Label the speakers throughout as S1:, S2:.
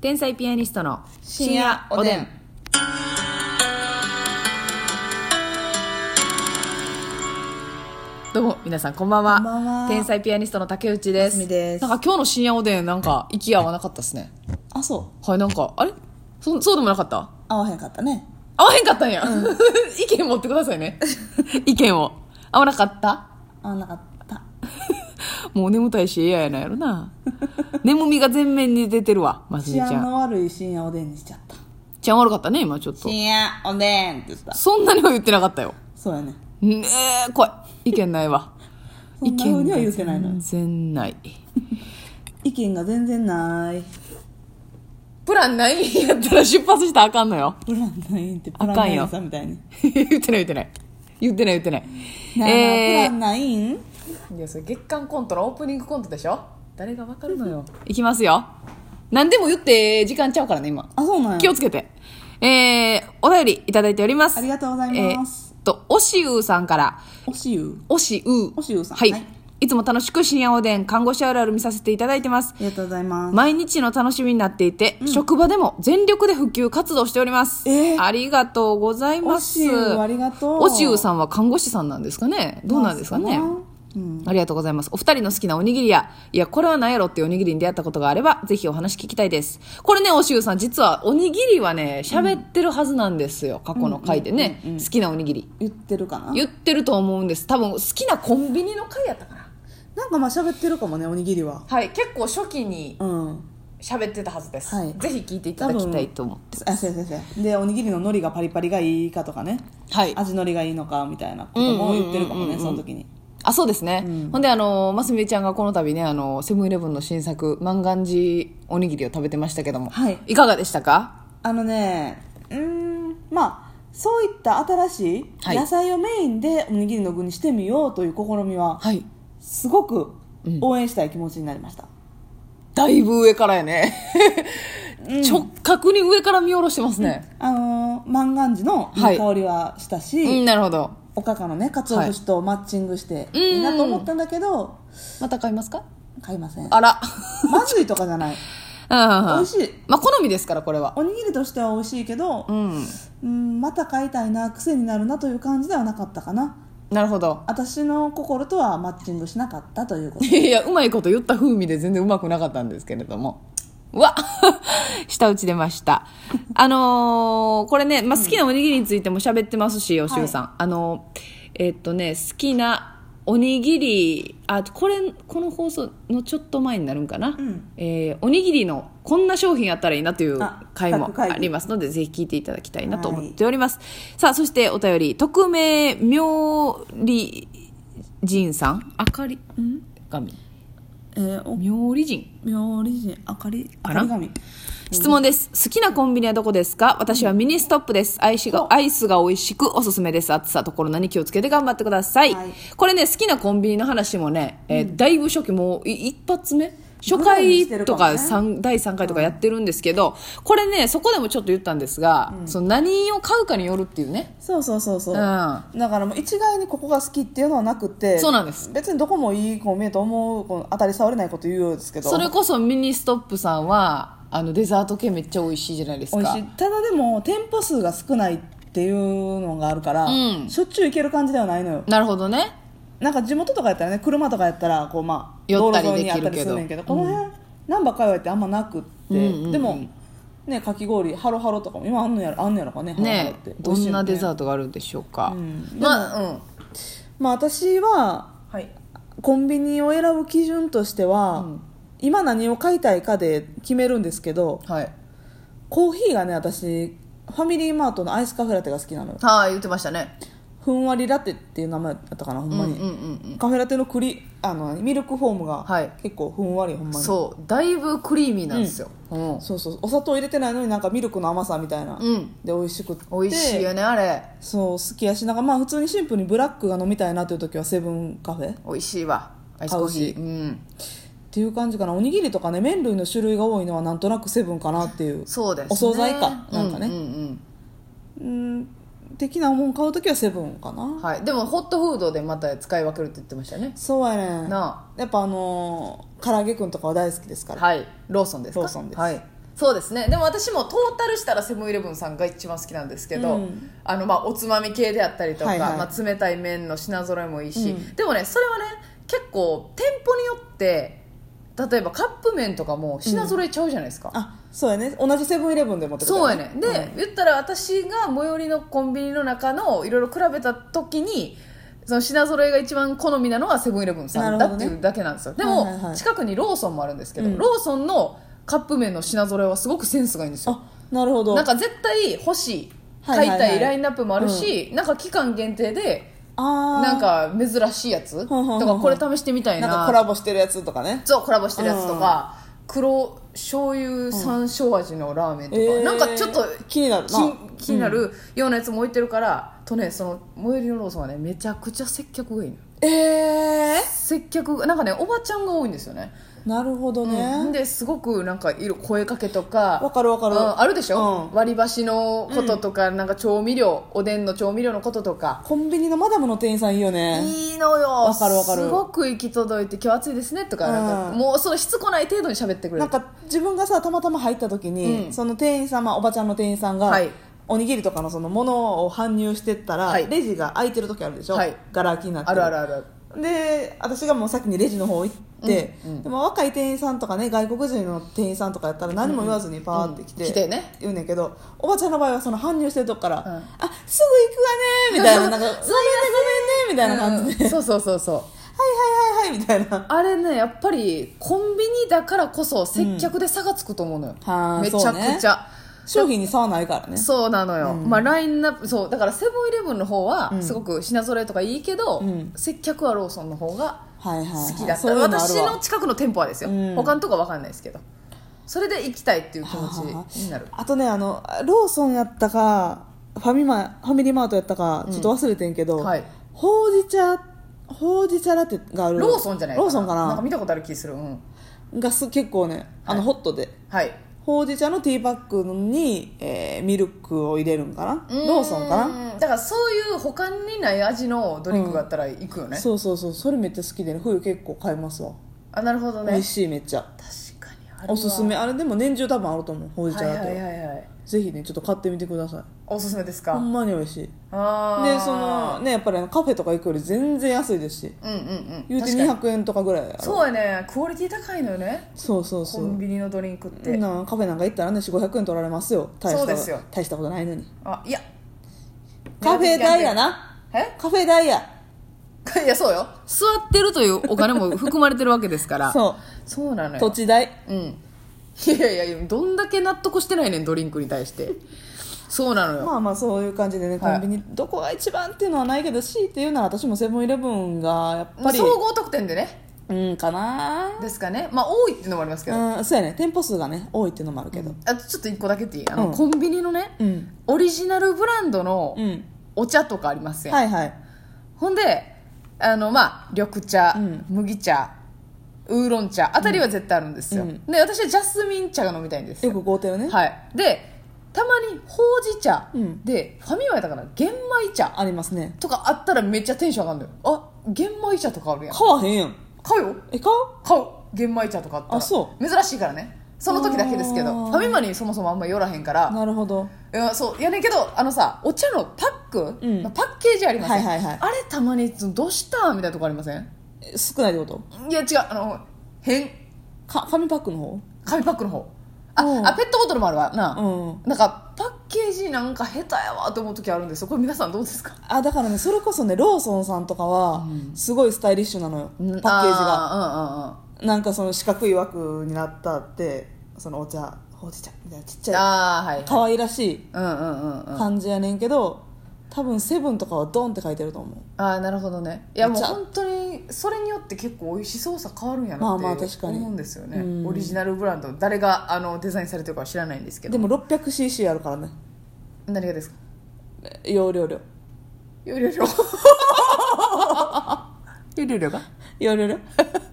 S1: 天才ピアニストの
S2: 深夜おでん。
S1: どうも皆さんこんばんは
S2: こんばんは
S1: 天才ピアニストの竹内です
S2: ますみです
S1: なんか今日の深夜おでんなんか息合わなかったですね
S2: あ、そう。
S1: はいなんかあれそそうでもなかった
S2: 合わへんかったね。
S1: 合わへんかったんや、 意見持ってください ね意見を合わなかった
S2: 合わなかった。
S1: もう眠たいし嫌やなんやろ な眠みが全面に出てるわますみち
S2: 治
S1: ゃ
S2: 安
S1: ん
S2: の悪い深夜おでんにしちゃった。
S1: 治安悪かったね今ちょっと
S2: 深夜おでんって言った。
S1: そんなには言ってなかったよ
S2: そうやね。
S1: ねえ怖い意見ないわ
S2: そんな風には言ってない
S1: 全
S2: のよ。
S1: 然ない
S2: 意見が全然ない。
S1: プランないんやったら出発したらあかんのよ
S2: プランないんって、プ
S1: あ
S2: ラン
S1: か
S2: なんい
S1: よ
S2: んさんみたいに。
S1: 言ってない言ってない言ってない言ってない
S2: なあ
S1: え
S2: プランないん
S1: ー、いやそれ月間コントのオープニングコントでしょ誰がわかるのよいきますよ何でも言って時間ちゃうからね今
S2: あ、そうなん
S1: 気
S2: や
S1: を。つけてえー、お便りいただいております
S2: ありがとうございます
S1: えー、とおしうさんから
S2: おしゆ。
S1: おしう
S2: おしうさん
S1: はい、
S2: はいい、
S1: つも楽しく深夜おでん看護師あるある見させていただいてます
S2: ありがとうございます。
S1: 毎日の楽しみになっていて、職場でも全力で普及活動しております、
S2: えー
S1: ありがとうございます
S2: おしゅうありがとう
S1: おしゅうさんは看護師さんなんですかねどうなんですかね、
S2: まあそううん
S1: ありがとうございますお二人の好きなおにぎりやいやこれは何やろっていうおにぎりに出会ったことがあればぜひお話聞きたいですこれねおしゅうさん実はおにぎりはね喋ってるはずなんですよ、過去の回でね、好きなおにぎり
S2: 言ってるかな
S1: 言ってると思うんです多分好きなコンビニの回やったかな
S2: なんかまあ喋ってるかもね、おにぎりは。
S1: はい結構初期に
S2: うん。
S1: 喋ってたはずです、
S2: はい
S1: ぜひ聞いていただきたいと思って
S2: あ、そうやそうやそうやで、おにぎりの海苔がパリパリがいいかとかね。
S1: はい
S2: 味のりがいいのかみたいなことも言ってるかも
S1: う
S2: ね
S1: んうんうんうん
S2: その時に
S1: あそうですね、ほんであのますみれちゃんがこの度ねあのセブンイレブンの新作万願寺おにぎりを食べてましたけども、
S2: はい
S1: かがでしたか
S2: あのねうーんまあそういった新しい
S1: はい
S2: 野菜をメインでおにぎりの具にしてみようという試みは
S1: はい
S2: すごく応援したい気持ちになりました、
S1: だいぶ上からや ね直角に上から見下ろしてますね、
S2: あのー万願寺のいい香りはしたし、
S1: うんなるほど
S2: おかかのねかつお節とマッチングして
S1: うん
S2: いいなと思ったんだけど、
S1: また買いますか
S2: 買いません
S1: あら
S2: まずいとかじゃない美
S1: うん
S2: 味しい
S1: まあ好みですからこれは
S2: おにぎりとしては美味しいけど、
S1: うん
S2: うんまた買いたいな癖になるなという感じではなかったかな
S1: なるほど
S2: 私の心とはマッチングしなかったということ
S1: いやうまいこと言った風味で全然うまくなかったんですけれどもうわ 舌打ち出ましたあのーこれね、まあ、好きなおにぎりについても喋ってますしおしゅうさん、あのーえっとね好きなおにぎりあこれこの放送のちょっと前になるんかな、
S2: ん
S1: えーおにぎりのこんな商品あったらいいなという
S2: あ
S1: 回も
S2: 企画会議
S1: ありますのでぜひ聞いていただきたいなと思っております、さあそしてお便り匿名妙理人さんあかりん神
S2: えー、お
S1: 妙理人
S2: 妙理人あかり
S1: あ
S2: あ
S1: ら
S2: かり神
S1: 質問です好きなコンビニはどこですか私はミニストップですアイスがアイスが美味しくおすすめです暑さとコロナに気をつけて頑張ってください、
S2: はい
S1: これね好きなコンビニの話もね、えーだいぶ初期もうい一発目初回と
S2: ぐら
S1: か
S2: いにしてるか
S1: 三第3回とかやってるんですけど、これねそこでもちょっと言ったんですが、その何を買うかによるっていうね
S2: そうそうそうそう、
S1: うん
S2: だからもう一概にここが好きっていうのはなくて
S1: そうなんです
S2: 別にどこもいいコンビニと思うこの当たり障れないこと言うようですけど
S1: それこそミニストップさんはあのデザート系めっちゃ美味しいじゃないです
S2: 美
S1: か
S2: 味しいただでも店舗数が少ないっていうのがあるから、
S1: うん
S2: しょっちゅう行ける感じではないのよ
S1: なるほどね
S2: なんか地元とかやったらね車とかやったらこうまあ
S1: 寄ったり
S2: 道路沿いにあったりするねんけど
S1: でき
S2: こ
S1: るけど
S2: の辺難波界隈ってあんまなくって、
S1: うんうんうん
S2: でもねかき氷ハロハロとかも今あんのやろあんのやろかねハロハロ
S1: ね
S2: って
S1: どんなデザ
S2: ー
S1: ートがあるんでしょうか、
S2: ん
S1: まあうん
S2: まあ私は
S1: はい
S2: コンビニを選ぶ基準としては、今何を買いたいかで決めるんですけど
S1: はい
S2: コーヒーがね私ファミリーマートのアイスカフェラテが好きなのよ
S1: はい言ってましたね
S2: ふんわりラテっていう名前だったかなほん
S1: うんう
S2: ま
S1: ん
S2: に、
S1: うん
S2: カフェラテの栗あのミルクフォームが
S1: はい
S2: 結構ふんわりほんまに、
S1: そうだいぶクリーミーなんですよ、うん
S2: そうそうお砂糖入れてないのになんかミルクの甘さみたいな、
S1: うん
S2: で美味しくって
S1: 美味しいよねあれ
S2: そう好きやしなんかまあ普通にシンプルにブラックが飲みたいなという時はセブンカフェっ
S1: 美味しいわアイスコーヒー
S2: 買
S1: うん、
S2: ていう感じかなおにぎりとかね麺類の種類が多いのはなんとなくセブンかなっていう
S1: そうです、ね、
S2: お惣菜かなんかね
S1: うんうん
S2: うん的なもん買う時はセブンかな
S1: うんはい、でもホットフードでまた使い分けるって言ってましたね
S2: そうやねん
S1: な
S2: やっぱあのー唐揚げくんとかは大好きですから
S1: はいローソンですか
S2: ローソンです
S1: はいそうですねでも私もトータルしたらセブンイレブンさんが一番好きなんですけど、
S2: うん
S1: あのまあおつまみ系であったりとか、
S2: はいはい
S1: まあ、冷たい麺の品揃えもいいし、
S2: うん
S1: でもねそれはね結構店舗によって例えばカップ麺とかも品揃えちゃうじゃないですか、
S2: あそうやね同じセブンイレブンでもってこと
S1: そうや
S2: や
S1: ねで、言ったら私が最寄りのコンビニの中のいろいろ比べた時にその品揃えが一番好みなのはセブンイレブンさんだ
S2: なる
S1: っ
S2: ほ
S1: て
S2: ど
S1: い
S2: ね
S1: うだけなんですよ、
S2: はい
S1: で
S2: はい
S1: も、
S2: はい
S1: 近くにローソンもあるんですけど、
S2: うん
S1: ローソンのカップ麺の品揃えはすごくセンスがいいんですよ
S2: あなるほど
S1: なんか絶対欲しい
S2: はい
S1: 買
S2: はい
S1: い
S2: はい
S1: たいラインナップもあるし、なんか期間限定で
S2: あー
S1: なんか珍しいやつと
S2: ほんほんほんほん
S1: かこれ試してみたい
S2: な
S1: なん
S2: かコラボしてるやつとかね
S1: そうコラボしてるやつとか、黒醤油山椒味のラーメンとか、
S2: えー
S1: なんかちょっと
S2: 気になるな
S1: 気気になるようなやつも置いてるから、とねその最寄りのローソンはねめちゃくちゃ接客がいいの
S2: ええ
S1: 接客がなんかねおばちゃんが多いんですよね、
S2: なるほどね
S1: うんですごくなんか色声かけとか
S2: わかるわかる
S1: うんあるでしょ、
S2: うん
S1: 割り箸のこととか、なんか調味料おでんの調味料のこととか
S2: コンビニのマダムの店員さんいいよね
S1: いいのよ
S2: わかるわかる
S1: すごく行き届いて今日暑いですねとかなんか、
S2: うん
S1: もうそのしつこない程度に喋ってくれる
S2: なんか自分がさたまたま入った時に、
S1: うん
S2: その店員さん、まあ、おばちゃんの店員さんが、
S1: はい
S2: おにぎりとかのそのものを搬入してったら、
S1: はい
S2: レジが空いてる時あるでしょ、
S1: はい
S2: ガラ空きになって
S1: あるあるあるある
S2: で私がもう先にレジの方行って、でも若い店員さんとかね外国人の店員さんとかやったら何も言わずにパーって来て,、
S1: うん来てね
S2: 言うねんけどおばちゃんの場合はその搬入してるとこから「
S1: うん
S2: あすぐ行くわね」みたいな「な んかごめんねごめんね」みたいな感じで
S1: うんそうそうそうそう
S2: はいはいはいはいみたいな
S1: あれねやっぱりコンビニだからこそ接客で差がつくと思うのよ、
S2: うんはあ
S1: めちゃくちゃ
S2: 商品に差はないからね
S1: そう,、なのよ、まあラインナップそうだからセブンイレブンの方はすごく品揃えとかいいけど、
S2: ん
S1: 接客はローソンの方が
S2: はいはい、はい、
S1: 好きだった、
S2: そういうのあ
S1: 私
S2: るわ
S1: の近くの店舗はですよ、
S2: うん
S1: 他のとこは分かんないですけどそれで行きたいっていう気持ちになる
S2: あとねあのローソンやったかファミマファミリーマートやったかちょっと忘れてんけど、
S1: はい
S2: ほうじ茶ほうじ茶ラテがある
S1: ローソンじゃないかな
S2: ローソンかなん
S1: か見たことある気するうん
S2: がす結構ねあのホットで、
S1: はい
S2: ほうじ茶のティーバッグに、えーミルクを入れるんかなローソン
S1: な
S2: か
S1: だからそういう他にない味のドリンクがあったら行くよね、
S2: なそうそうそうそれめっちゃ好きでね冬結構買いますわ、
S1: あなるほど
S2: 美
S1: ね
S2: 味しいめっちゃ
S1: 確かにあるわ
S2: おすすめあれでも年中多分あると思うほうじ
S1: は
S2: 茶
S1: い
S2: ラテ
S1: は
S2: は、
S1: いはいはい
S2: ぜひねちょっと買ってみてください
S1: おすすめです
S2: ほ
S1: か
S2: んまに美味しい
S1: あー
S2: でそのねやっぱりあのカフェとか行くより全然安いですし
S1: うんうんう
S2: 言
S1: ん
S2: うて
S1: 確かに
S2: 200円とかぐらいやろ
S1: そうやねクオリティ高いのよね
S2: そうそうそ
S1: コ
S2: う
S1: ンビニのドリンクって
S2: なカフェなんか行ったらね4500円取られますよ大した
S1: そうですよ
S2: 大したことないのに
S1: あいや
S2: カフェ代やな
S1: え
S2: カフェ代や
S1: いやそうよ座ってるというお金も含まれてるわけですから
S2: そ
S1: そうなの
S2: う土
S1: よ
S2: 地代
S1: うんいやいやいやどんだけ納得してないねんドリンクに対してそうなのよ
S2: まあまあそういう感じでねコ
S1: はい
S2: ンビニどこが一番っていうのはないけど C っていうなら私もセブンイレブンがやっぱり
S1: 総合得点でね
S2: うんかな
S1: ですかねまあ多いっていうのもありますけど
S2: うんそうやね店舗数がね多いっていうのもあるけど
S1: あとちょっと一個だけっていいあの、
S2: うん
S1: コンビニのね、
S2: うん
S1: オリジナルブランドの
S2: うん
S1: お茶とかありますやん、
S2: はいはい
S1: ほんであのまあ緑茶、
S2: うん
S1: 麦茶ウーロン茶あたりは絶対あるんですよ、
S2: うん
S1: で私はジャスミン茶が飲みたいんです
S2: よ
S1: よ
S2: く買うてるね
S1: はいでたまにほうじ茶、
S2: うん
S1: でファミマやったかな玄米茶
S2: ありますね
S1: とかあったらめっちゃテンション上がるのよあ玄米茶とかあるやん
S2: 買わへんやん
S1: 買うよ
S2: え買う
S1: 買う玄米茶とかあったら
S2: あそ
S1: 珍しいからねその時だけですけど
S2: あ
S1: フ
S2: ー
S1: ァミマにそもそもあんま寄らへんから
S2: なるほど
S1: いやそうやねんけどあのさお茶のパック、
S2: うん
S1: パッケージありません、
S2: はいはいはい
S1: あれたまにどうしたみたいなとこありません
S2: え少ないってこと
S1: いや違うあの変
S2: か紙パックの方
S1: 紙パックの方あ,、
S2: うん
S1: あペットボトルもあるわな、
S2: うん
S1: なんかパッケージなんか下手やわと思う時あるんですよこれ皆さんどうですか
S2: あだからねそれこそねローソンさんとかはすごいスタイリッシュなのよ、パッケージが
S1: が
S2: なんかその四角い枠になったってそのお茶ほうじ茶みたいなちっちゃい
S1: あーはいはい
S2: 可愛らしい
S1: うんうんうんうん
S2: 感じやねんけど、多分セブンとかはドンって書いてると思う
S1: ああなるほどねいやもう
S2: お茶
S1: 本当にそれによって結構美味しそうさ変わるんやな
S2: まあ
S1: っ
S2: まあ
S1: て
S2: 確かに
S1: 思うんですよね、
S2: うん
S1: オリジナルブランド誰があのデザインされてるかは知らないんですけど
S2: でも 600cc あるからね
S1: 何がですか
S2: 容量量
S1: 容量量容量量が
S2: 容量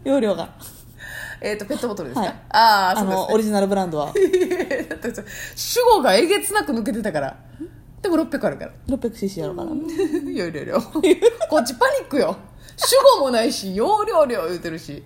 S2: 量容量が
S1: えっ、とペットボトルですか、
S2: はい
S1: ああ
S2: あ
S1: そうですね
S2: のオリジナルブランド は
S1: だってさ主語がえげつなく抜けてたからでも600あるから
S2: 600cc あるから
S1: いやいやいやこっちパニックよ主語もないし要領量言うてるし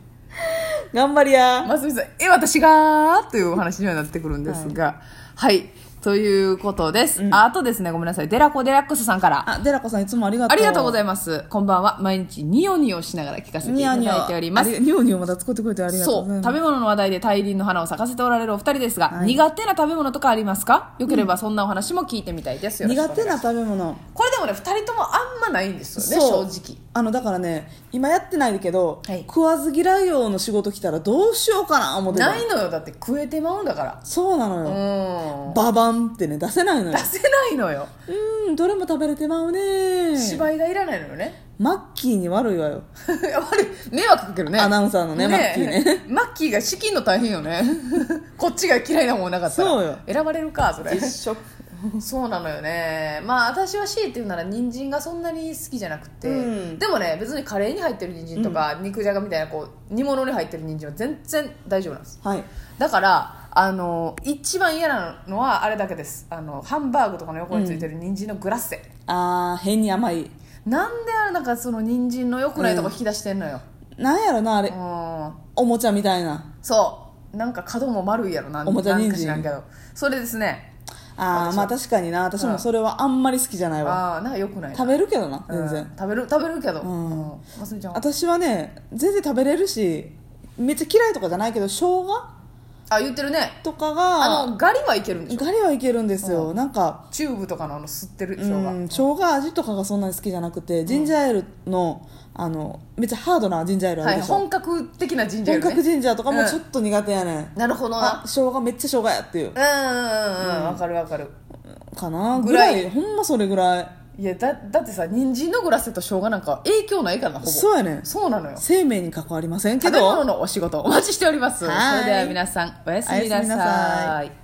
S2: 頑張りや。
S1: ますみさん、え、私がというお話にはなってくるんですが、はい、ということです、あ。あとですね、ごめんなさい、デラコデラックスさんから、
S2: あ、デラコさんいつもありがと
S1: あ
S2: う。
S1: りがとうござ
S2: い
S1: います。こんばんは、毎日ニヨニヨしながら聞かせていただいております。
S2: ニオニオまだ作ってくれてありがと
S1: そうう
S2: ございます。
S1: 食べ物の話題で大輪の花を咲かせておられるお二人ですが、
S2: はい
S1: 苦手な食べ物とかありますかよければそんなお話も聞いてみたいですよろしくお
S2: 苦
S1: 願い
S2: 手
S1: しま
S2: な
S1: す
S2: 食べ物。
S1: これでもね二人ともあんまないんですよね
S2: そう
S1: 正直
S2: あの、だからね、今やってないけど、
S1: はい
S2: 食わず嫌い用の仕事来たらどうしようかな思ってた
S1: ないのよだって食えてまうんだから
S2: そうな
S1: う
S2: のよ。
S1: ん
S2: ババンってね、出せないのよ
S1: 出。せないのよ
S2: うん、どれも食べれてまうね。
S1: 芝居がいらないのよね
S2: マッキーに悪いわよ。
S1: 悪い迷惑かけるね
S2: アナウンサーのねマッキ ー
S1: ねマッキーが資金の大変よね こっちが嫌いなもんなかったら
S2: そうよ
S1: 選ばれるかそれ
S2: 緒。
S1: そうなのよねまあ私は強いて言うなら人参がそんなに好きじゃなくて、
S2: うん
S1: でもね別にカレーに入ってる人参とか、肉じゃがみたいなこう煮物に入ってる人参は全然大丈夫なんです
S2: はい。
S1: だからあの一番嫌なのはあれだけですあのハンバーグとかの横についてる人参のグラッセ、
S2: あー、変に甘い。
S1: なんであれなんかその人参の良くないとこ引き出してんのよ、
S2: なんやろな、あれ
S1: う。ん、
S2: おもちゃみたいな。
S1: そうなんか角も丸いやろなん
S2: おもちゃ
S1: なん
S2: 人参
S1: か知らんけどそれですね
S2: あ
S1: 私は
S2: ー、まあ確かにな。私もそれはあんまり好きじゃないわ。
S1: ああなんか良くないな
S2: 食べるけどな、全
S1: う
S2: 然。
S1: ん食べる食べるけど、
S2: うん
S1: うんますみちゃんは
S2: 私はね、全然食べれるし、めっちゃ嫌いとかじゃないけど、生姜
S1: あ言ってるね
S2: とか
S1: あ
S2: が、
S1: のガリはいけるんでしょ
S2: ガリはいけるんですよ。なんか、
S1: チューブとかのあの吸ってる
S2: う
S1: 生姜、
S2: ん、生姜味とかがそんなに好きじゃなくて、ジンジャーエールの、あの、めっちゃハードなジンジャーエールあ
S1: は
S2: る
S1: い
S2: でしょ。
S1: 本格的な神社
S2: 本
S1: よ
S2: 格
S1: ね
S2: ジンジャーとか
S1: う
S2: も
S1: ん
S2: ちょっと苦手やねん。
S1: なるほど
S2: あ
S1: な
S2: 生姜めっちゃ生姜やっていう
S1: うんうんうんうんわかるわかる
S2: かな
S1: ぐ
S2: ぐ
S1: ら
S2: ら
S1: い
S2: いほんまそれぐらい
S1: いやだだってさ人参のグラスと生姜なんか影響ないからなほぼ
S2: そうやねん
S1: そうなのよ
S2: 生命に関わりませんけ
S1: 食べ物
S2: ど
S1: のお仕事お待ちしておりますそ
S2: はい
S1: れでは皆さんおやすみな
S2: おやすみな
S1: さ
S2: さ
S1: い